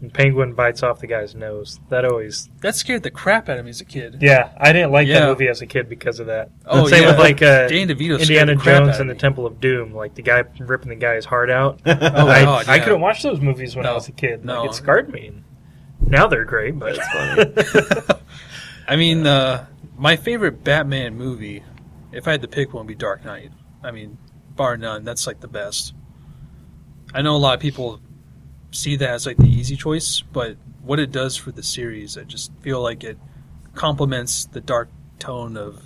And Penguin bites off the guy's nose. That always. that scared the crap out of me as a kid. Yeah, I didn't like Yeah. that movie as a kid because of that. Oh, Same yeah. with like uh, Dan DeVito, scared Indiana the crap Jones out and the of me. Temple of Doom, like the guy ripping the guy's heart out. Oh, I, God, I yeah. couldn't watch those movies when I No, was a kid. no. Like, it scarred me. Now they're great, but That's I mean, uh, my favorite Batman movie, if I had to pick one, would be Dark Knight. I mean, bar none, that's like the best. I know a lot of people see that as like the easy choice, but what it does for the series, I just feel like it complements the dark tone of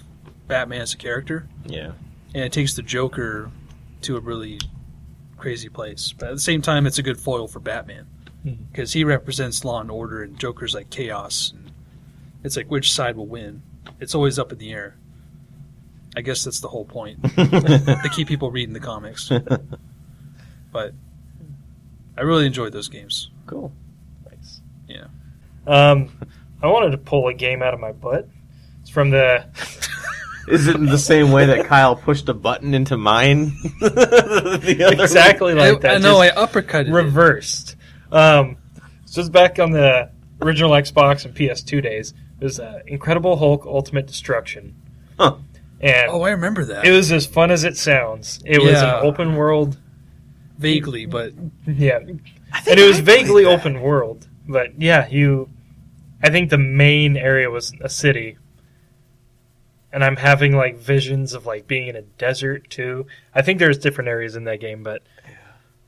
Batman as a character, Yeah. and it takes the Joker to a really crazy place. But at the same time, it's a good foil for Batman Mhm. because he represents law and order, and Joker's like chaos. And it's like which side will win. It's always up in the air. I guess that's the whole point to keep people reading the comics. But I really enjoyed those games. cool. Nice. um, I wanted to pull a game out of my butt. It's from the Is it in the same way that Kyle pushed a button into mine? The other one? exactly like I, that. I know I just uppercutted. it. reversed. Um, it's just back on the original Xbox and PS2 days. It was uh, Incredible Hulk Ultimate Destruction. Huh. And Oh, I remember that it was as fun as it sounds. It was Yeah. an open world. vaguely, but Yeah, I think and it was I played vaguely that. open world, but yeah, you. I think the main area was a city, and I'm having like visions of like being in a desert too. I think there's different areas in that game, but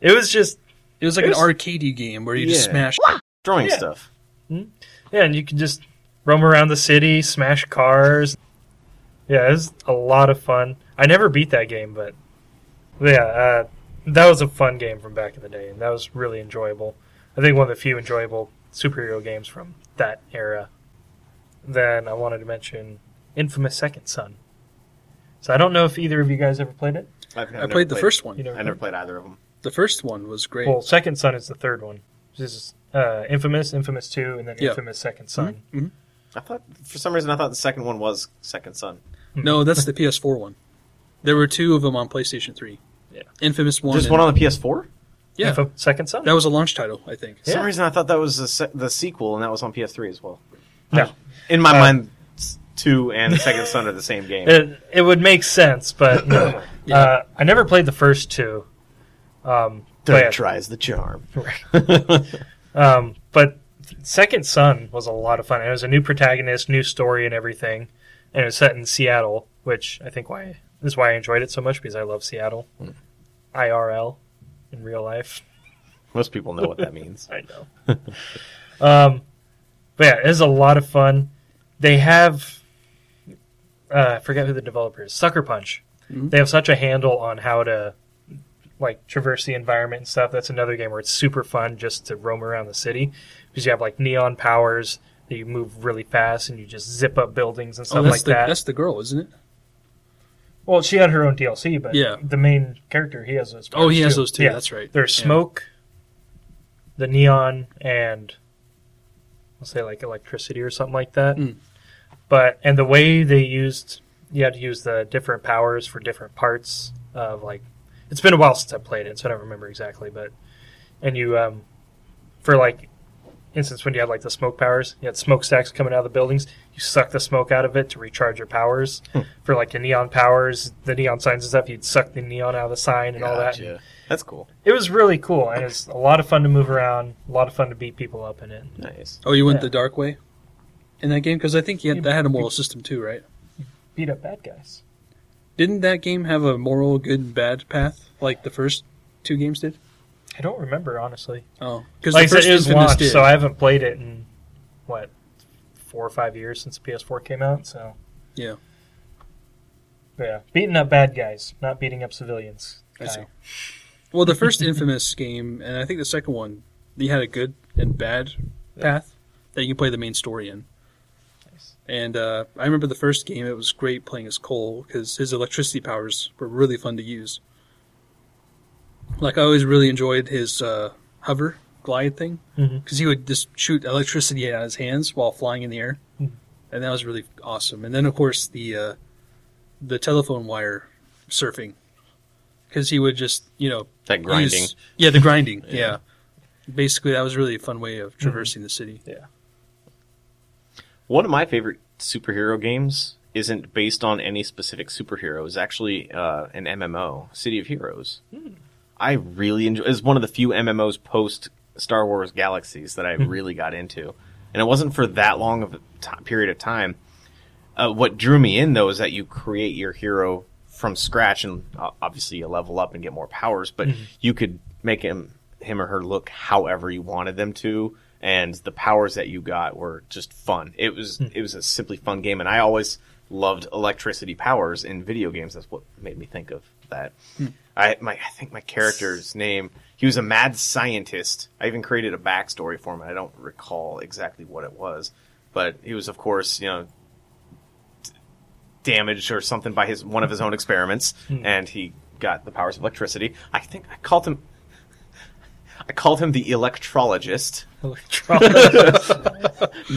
it was just it was like It was- an arcadey game where you just Yeah. smash. Drawing Yeah. stuff. yeah, and you could just roam around the city, smash cars. Yeah, it was a lot of fun. I never beat that game, but yeah, uh, that was a fun game from back in the day, and that was really enjoyable. I think one of the few enjoyable superhero games from that era. Then I wanted to mention Infamous Second Son. So I don't know if either of you guys ever played it. I've, I've I never played the first one. You know, I never played either of them. The first one was great. well, Second Son is the third one. This is uh, Infamous, Infamous Two, and then Yeah. Infamous Second Son. Mhm. I thought for some reason I thought the second one was Second Son. No, that's the PS4 one. There were two of them on PlayStation 3. Yeah. Infamous one. Just and- one on the PS4. Yeah. Info- Second Son. that was a launch title, I think. Oh, For some Yeah. reason I thought that was the, se- the sequel, and that was on PS3 as well. No. In my Uh, mind, s- two and Second Son are the same game. It, it would make sense, but no. Yeah. uh, I never played the first two. Um, Third but, tries the charm. um, but Second Son was a lot of fun. It was a new protagonist, new story, and everything, and it was set in Seattle, which I think why is why I enjoyed it so much because I love Seattle, IRL, in real life. Most people know what that means. I know. um, but yeah, it is a lot of fun. They have, uh, I forget who the developer is, Sucker Punch. Mhm. They have such a handle on how to like traverse the environment and stuff. That's another game where it's super fun just to roam around the city because you have like neon powers that you move really fast and you just zip up buildings and Oh, stuff that's like the that. that's the girl, isn't it? Well, she had her own DLC, but Yeah. the main character he has those. Oh, he powers, has too. those two. Yeah. That's right. There's Yeah. smoke, the neon, and let's say like electricity or something like that. Mm. But and the way they used, you had to use the different powers for different parts of like. It's been a while since I played it, so I don't remember exactly. But and you, um, for like instance, when you had like the smoke powers, you had smokestacks coming out of the buildings. You suck the smoke out of it to recharge your powers. Hmm. For like the neon powers, the neon signs and stuff, you'd suck the neon out of the sign and all that Gotcha. That's cool. it was really cool and it's a lot of fun to move around a lot of fun to beat people up in it Nice. Oh, you went Yeah. the dark way in that game because I think you had, that had a moral system too, right? beat up bad guys Didn't that game have a moral good and bad path like the first two games did? i don't remember honestly Oh, because like I the first said, it was Infamous launched did. so i haven't played it in what four or five years since the ps4 came out so Yeah. But yeah beating up bad guys not beating up civilians I see. Kyle. Well, the first Infamous game, and I think the second one, you had a good and bad path that you can play the main story in. Nice. And uh, I remember the first game; it was great playing as Cole because his electricity powers were really fun to use. Like I always really enjoyed his uh, hover glide thing because Mhm. he would just shoot electricity out of his hands while flying in the air, Mhm. and that was really awesome. And then of course the uh, the telephone wire surfing because he would just you know That grinding. use- yeah, the grinding. yeah. Yeah. Basically, that was really a fun way of traversing the city. One of my favorite superhero games isn't based on any specific superhero. It's actually uh, an MMO, City of Heroes. I really enjoy. It's one of the few MMOs post Star Wars Galaxies that I really got into, and it wasn't for that long of a ti period of time. Uh, what drew me in though is that you create your hero from scratch, and uh, obviously you level up and get more powers, but you could make him him or her look however you wanted them to, and the powers that you got were just fun. It was it was a simply fun game, and I always loved electricity powers in video games. That's what made me think of that. I my I think my character's name. He was a mad scientist. I even created a backstory for him. And I don't recall exactly what it was, but he was, of course, you know, d- damaged or something by his one of his own experiments, and he got the powers of electricity. I think I called him. I called him the electrologist Electrologist.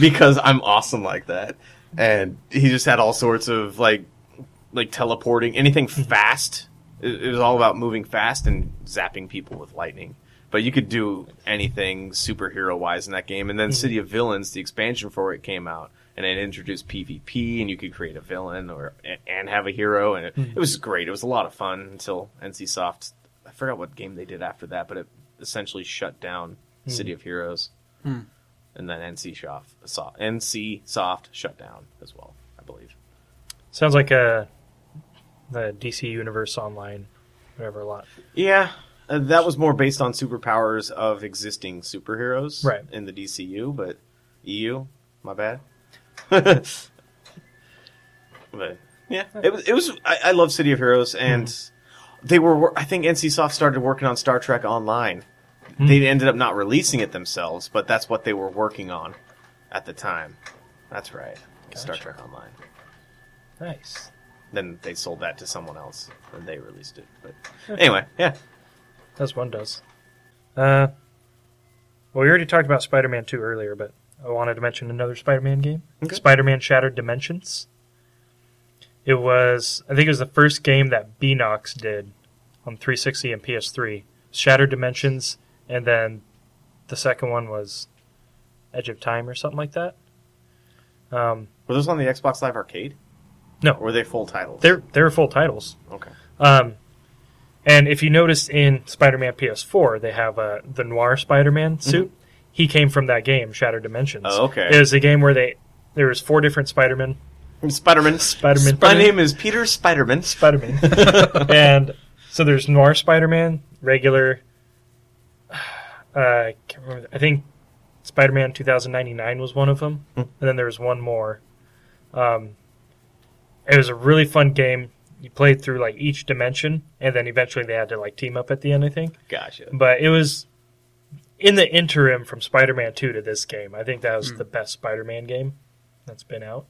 because I'm awesome like that. And he just had all sorts of like like teleporting, anything fast. It, it was all about moving fast and zapping people with lightning. But you could do anything superhero wise in that game. And then City of Villains, the expansion for it came out, and it introduced PvP, and you could create a villain or and- and have a hero, and it, it was great. It was a lot of fun until NCSoft. I forgot what game they did after that, but it essentially shut down City of Heroes and then NC Soft, so, NC Soft shut down as well, I believe. sounds like a the dc universe online whatever a lot Yeah, uh, that was more based on superpowers of existing superheroes, Right. In the DCU, but EU, my bad. but yeah, it was. It was. I, I love City of Heroes, and Mm-hmm. they were. wor- I think NC Soft started working on Star Trek Online. Mm-hmm. They ended up not releasing it themselves, but that's what they were working on at the time. That's right, Star Gotcha. Trek Online. nice then they sold that to someone else and they released it. But anyway, yeah, as one does. Uh, well, we already talked about Spider-Man 2 earlier, but I wanted to mention another Spider-Man game, Okay. Spider-Man Shattered Dimensions. It was, I think, it was the first game that Beanox did on 360 and PS3. Shattered Dimensions, and then the second one was Edge of Time or something like that. Um, were those on the Xbox Live Arcade? No. or were they full titles? they're they're full titles. okay. Um, and if you notice in Spider-Man PS4, they have uh, the Noir Spider-Man suit. He came from that game, Shattered Dimensions. Mm-hmm. Oh, okay. It was a game where they there was four different Spider-Man, Spider-Man. Spider-Man, My name is Peter Spider-Man. Spider-Man, and so there's Noir Spider-Man, regular. Uh, I can't remember. I think Spider-Man 2099 was one of them, Hmm. and then there was one more. Um, it was a really fun game. You played through like each dimension, and then eventually they had to like team up at the end. I think Gotcha. but it was in the interim from Hmm. Spider-Man 2 to this game. I think that was the best Spider-Man game that's been out.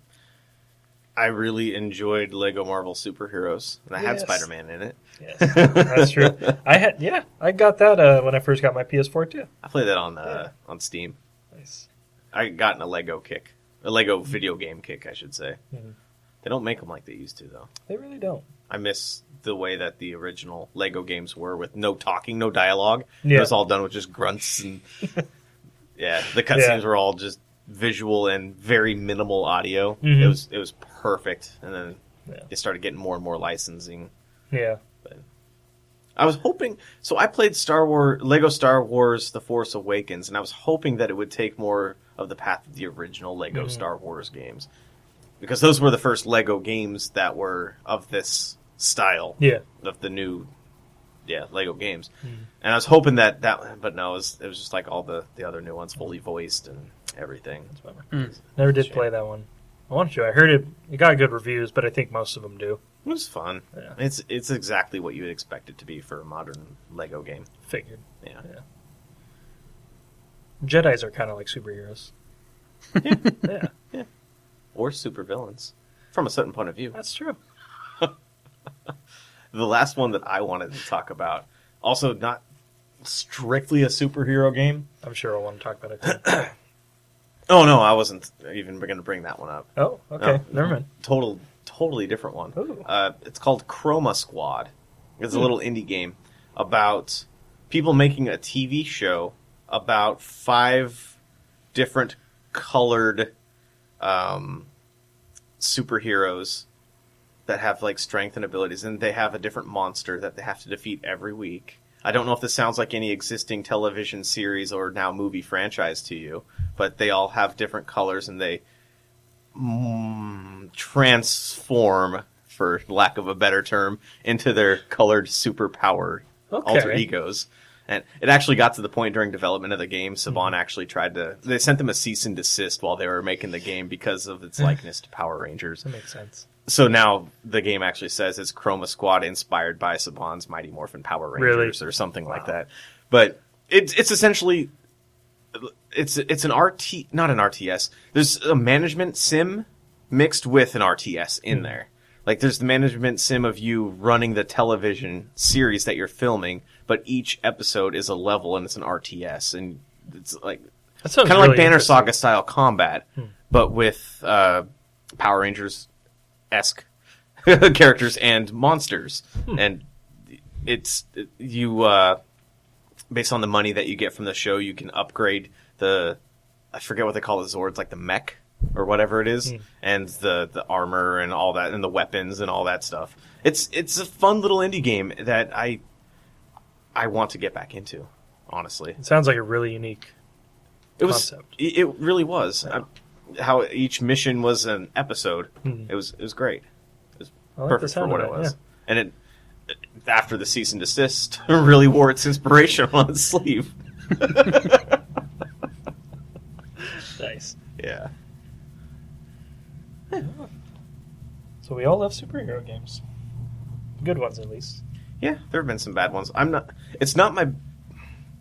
I really enjoyed Lego Marvel Superheroes, and I had Yes. Spider Man in it. Yes, that's true. I had yeah, I got that uh, when I first got my PS4 too. I played that on uh, on Steam. Nice. I got in a Lego kick, a Lego Mm-hmm. video game kick, I should say. Mhm. They don't make them like they used to, though. They really don't. I miss the way that the original Lego games were with no talking, no dialogue. It Yeah. was all done with just grunts and yeah, the cutscenes were all just visual and very minimal audio. Mhm. It was it was perfect, and then Yeah. they started getting more and more licensing. Yeah. I was hoping. So I played Star Wars, Lego Star Wars: The Force Awakens, and I was hoping that it would take more of the path of the original Lego Mhm. Star Wars games, because those were the first Lego games that were of this style Yeah. of the new, yeah, Lego games. Mhm. And I was hoping that that, but no, it was, it was just like all the the other new ones, fully voiced and everything. That's a bummer. Mm. Never did Shame. play that one. I wanted to. I heard it. It got good reviews, but I think most of them do. It was fun. Yeah. It's it's exactly what you would expect it to be for a modern Lego game. Figured. Yeah. Jedi's are kind of like superheroes. Yeah. yeah, or supervillains from a certain point of view. that's true. The last one that I wanted to talk about, also not strictly a superhero game. I'm sure I'll want to talk about it. Too. Oh no, I wasn't even going to bring that one up. oh, okay. No. Never mind. Total, totally different one. Ooh. Uh, it's called Chroma Squad. It's a Hmm. little indie game about people making a TV show about five different colored um, superheroes that have like strength and abilities, and they have a different monster that they have to defeat every week. I don't know if this sounds like any existing television series or now movie franchise to you, but they all have different colors and they mm, transform, for lack of a better term, into their colored superpower Okay. alter egos. And it actually got to the point during development of the game, Saban actually tried to. They sent them a cease and desist while they were making the game because of its likeness to Power Rangers. That makes sense. So now the game actually says it's Chroma Squad inspired by Saban's Mighty Morphin Power Really? Rangers or something like Wow. that. But it's it's essentially it's it's an RT not an RTS. There's a management sim mixed with an RTS Hmm. in there. Like there's the management sim of you running the television series that you're filming, but each episode is a level and it's an RTS and it's like That sounds kind of really like Banner interesting. Hmm. Saga style combat, but with uh, Power Rangers esque characters and monsters, Hmm. and it's you uh, based on the money that you get from the show, you can upgrade the I forget what they call the Zords, like the mech or whatever it Hmm. is, and the the armor and all that, and the weapons and all that stuff. It's it's a fun little indie game that I I want to get back into, honestly. It sounds like a really unique. It was. concept. It it really was. I- how each mission was an episode. Mhm. It was. It was great. It was I like the perfect for sound what of it that, was. And it after the cease and desist really wore its inspiration on its sleeve. Nice. Yeah. So we all love superhero games. Good ones, at least. Yeah. There have been some bad ones. I'm not. It's not my.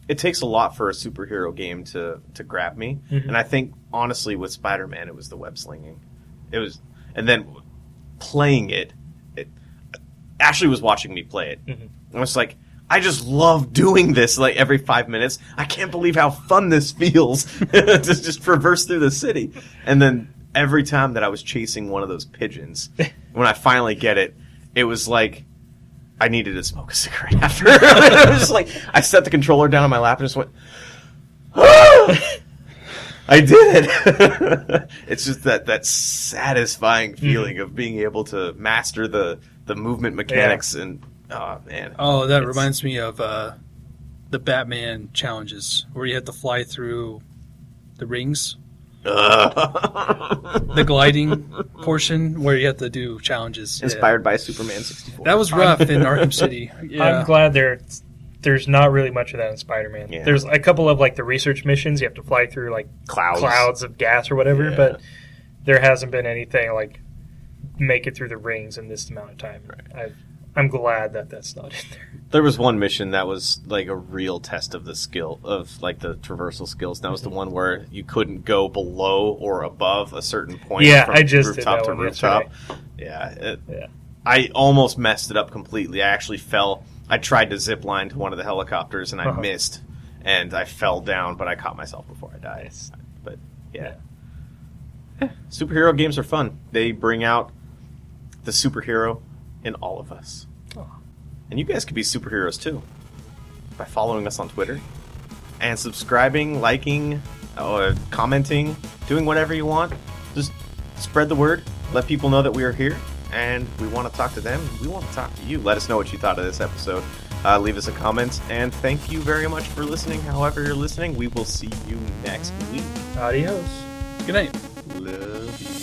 It takes a lot for a superhero game to to grab me, Mhm. and I think honestly with Spider Man it was the web slinging. It was, and then playing it. it Ashley was watching me play it. Mhm. I was like, I just love doing this. Like every five minutes, I can't believe how fun this feels to just traverse through the city. And then every time that I was chasing one of those pigeons, when I finally get it, it was like I needed to smoke a cigarette after. it was just like I set the controller down on my lap and just went. I did it. it's just that that satisfying feeling of being able to master the the movement mechanics and oh man, Oh, that It's- reminds me of uh, the Batman challenges where you have to fly through the rings, Ugh. the gliding portion where you have to do challenges. Yeah. inspired by Superman sixty four. That was rough in Arkham City. Yeah. I'm glad there. There's not really much of that in Spider-Man. Yeah. There's a couple of like the research missions you have to fly through like clouds. clouds of gas or whatever, Yeah. but there hasn't been anything like make it through the rings in this amount of time. I've I'm glad that that's not in there. There was one mission that was like a real test of the skill of like the traversal skills. That was the one where you couldn't go below or above a certain point. Yeah, from I just did rooftop that to one rooftop. Yeah, it- Yeah. I almost messed it up completely. I actually fell. I tried to zip line to one of the helicopters and I Uh-huh. missed, and I fell down, but I caught myself before I died. But yeah. Eh. superhero games are fun. They bring out the superhero in all of us. And you guys could be superheroes too by following us on Twitter and subscribing, liking, or commenting, doing whatever you want. Just spread the word, let people know that we are here, and we want to talk to them. We want to talk to you. Let us know what you thought of this episode. Uh, leave us a comment, and thank you very much for listening. However, you're listening, we will see you next week. Adios. Good night. Love you.